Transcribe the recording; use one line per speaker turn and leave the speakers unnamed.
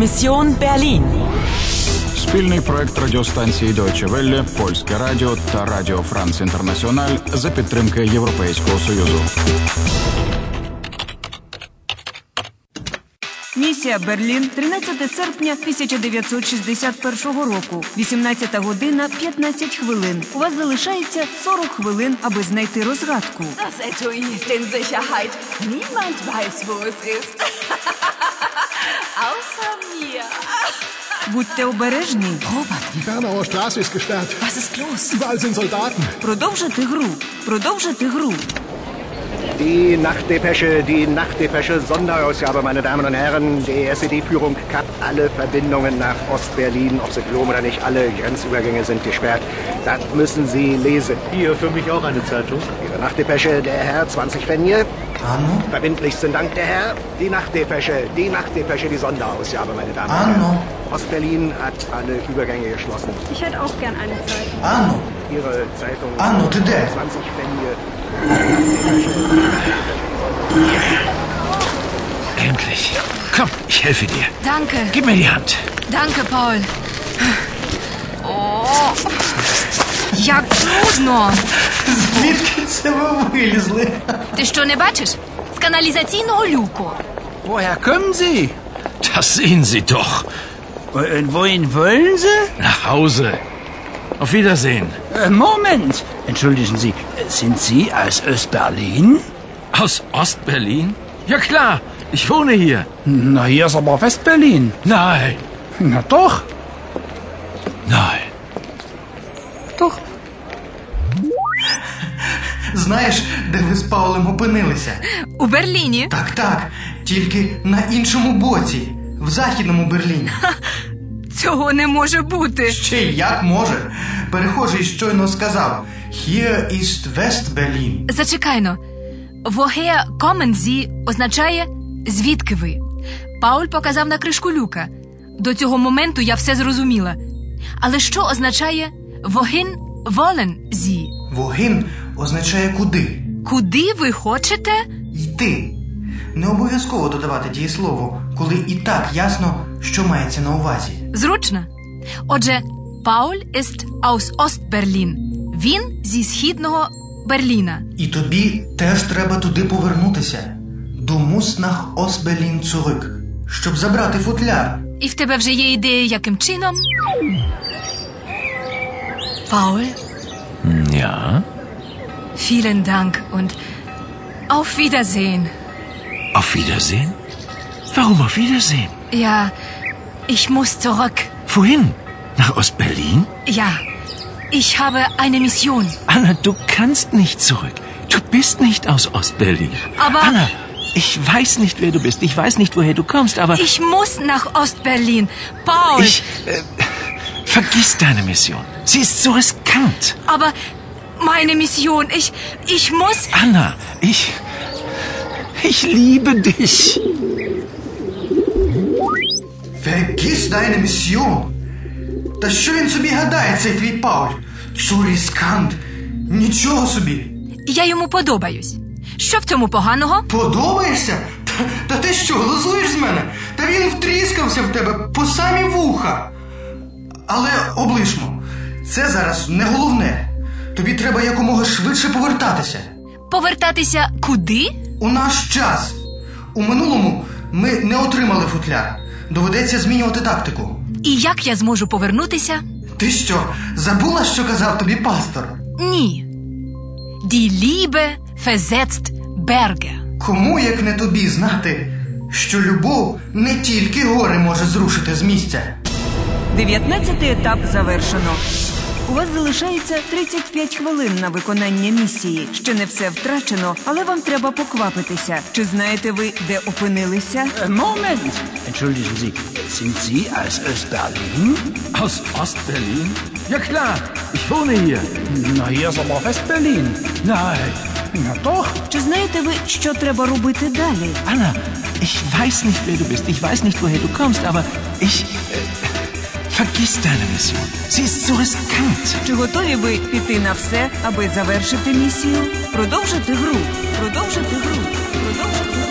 Mission Berlin.
Спільний проект радіостанції Deutsche Welle, Польське Радіо та Радіо Франц Інтернаціональ за підтримки Європейського Союзу.
Місія Берлін, 13 серпня 1961 року, 18 година 15 хвилин. У вас залишається 40 хвилин, аби знайти розгадку.
Das Etui ist in Sicherheit. Niemand weiß, wo es ist. Außer mir.
Будьте обережні,
Die Bernauer Straße ist gesperrt.
Was ist los?
Überall sind Soldaten.
продовжити гру, продовжити гру.
Die Nachtdepesche, die Nachtdepesche, Sonderausgabe, meine Damen und Herren. Die SED-Führung kappt alle Verbindungen nach Ostberlin, ob sie glauben oder nicht. Alle Grenzübergänge sind gesperrt. Das müssen Sie lesen.
Hier, für mich auch eine Zeitung.
Ihre Nachtdepesche, der Herr, 20 Pfennige.
Anno,
Verbindlichsten Dank, der Herr. Die Nachtdepesche, die Nachtdepesche, die Sonderausgabe, meine Damen und
Anno.
Herren. Ostberlin hat alle Übergänge geschlossen.
Анно,
Ihre Zeitung,
Anno, today.
20 Pfennige.
Endlich. Komm, ich helfe dir.
Danke,
Gib mir die Hand.
danke, Paul. Oh. Як трудно.
звідки це ви вилізли?
Ти що не бачиш? З каналізаційного люку.
Woher kommen Sie?
Das sehen Sie doch. Äh,
Und wohin wollen Sie?
Nach Hause. Auf Wiedersehen.
Äh, Moment. Entschuldigen Sie, äh, sind Sie aus Östberlin?
Aus Ostberlin? Ja klar, ich wohne hier.
Na, hier ist aber Westberlin.
Nein,
Na doch.
nein.
Doch.
Знаєш, де ви з Паулем опинилися?
У Берліні.
Так, так, тільки на іншому боці, в західному Берліні.
Цього не може бути.
Ще й як може? Перехожий щойно сказав: Here ist West-Berlin.
Зачекайно. Вогея Комензі означає звідки ви. Пауль показав на кришку люка. До цього моменту я все зрозуміла. Але що означає вогін волен зі?
Вогін означає куди?
Куди ви хочете?
Йти. Не обов'язково додавати дієслово, коли і так ясно, що мається на увазі.
Зручно. Отже, Пауль ist aus Ostberlin. Він зі східного Берліна.
І тобі теж треба туди повернутися. До муснах Осбелін Цурик, щоб забрати футляр.
І в тебе вже є ідея, яким чином? Пауль,
Ja,
vielen Dank und auf Wiedersehen.
auf Wiedersehen? Warum auf Wiedersehen?
Ja, ich muss zurück.
Wohin? Nach Ostberlin?
Ja, ich habe eine Mission.
Anna, du kannst nicht zurück. Du bist nicht aus Ostberlin.
Aber-
Anna, ich weiß nicht, wer du bist. Ich weiß nicht, woher du kommst, aber
Ich muss nach Ostberlin. Paul,
ich äh, vergiss deine Mission. Sie ist zu riskant.
aber meine Mission, ich, ich muss.
Anna, ich. Ich liebe dich.
Vergiss deine Mission! Та що він собі гадає, цей твій Пауль? Цуріскант! Нічого собі!
Я йому подобаюсь. Що в цьому поганого?
Подобаєшся? Та, та ти що, глузуєш з мене? Та він втріскався в тебе по самі вуха. Але облишмо, це зараз не головне. Тобі треба якомога швидше повертатися.
Повертатися куди?
У наш час. У минулому ми не отримали футляр. Доведеться змінювати тактику.
І як я зможу повернутися?
Ти що, забула, що казав тобі пастор?
Ні. Die Liebe versetzt Berge.
Кому як не тобі знати, що любов не тільки гори може зрушити з місця.
19-й етап завершено. У вас залишається 35 хвилин на виконання місії. Ще не все втрачено, але вам треба поквапитися. Чи знаєте ви, де опинилися?
Äh, Moment. Entschuldigen Sie, sind Sie aus Östberlin?
Aus Ostberlin? Ja klar, ich wohne hier.
Na, hier ist aber Westberlin.
Nein.
Na doch.
Чи знаєте ви, що треба робити далі?
Anna, ich weiß nicht, wer du bist. Ich weiß nicht, woher du kommst, aber ich. Äh, vergiss deine Mission. Sie ist zu riskant.
Чи готові ви піти на все, аби завершити місію? Продовжити гру. Продовжити гру. Продовжити гру.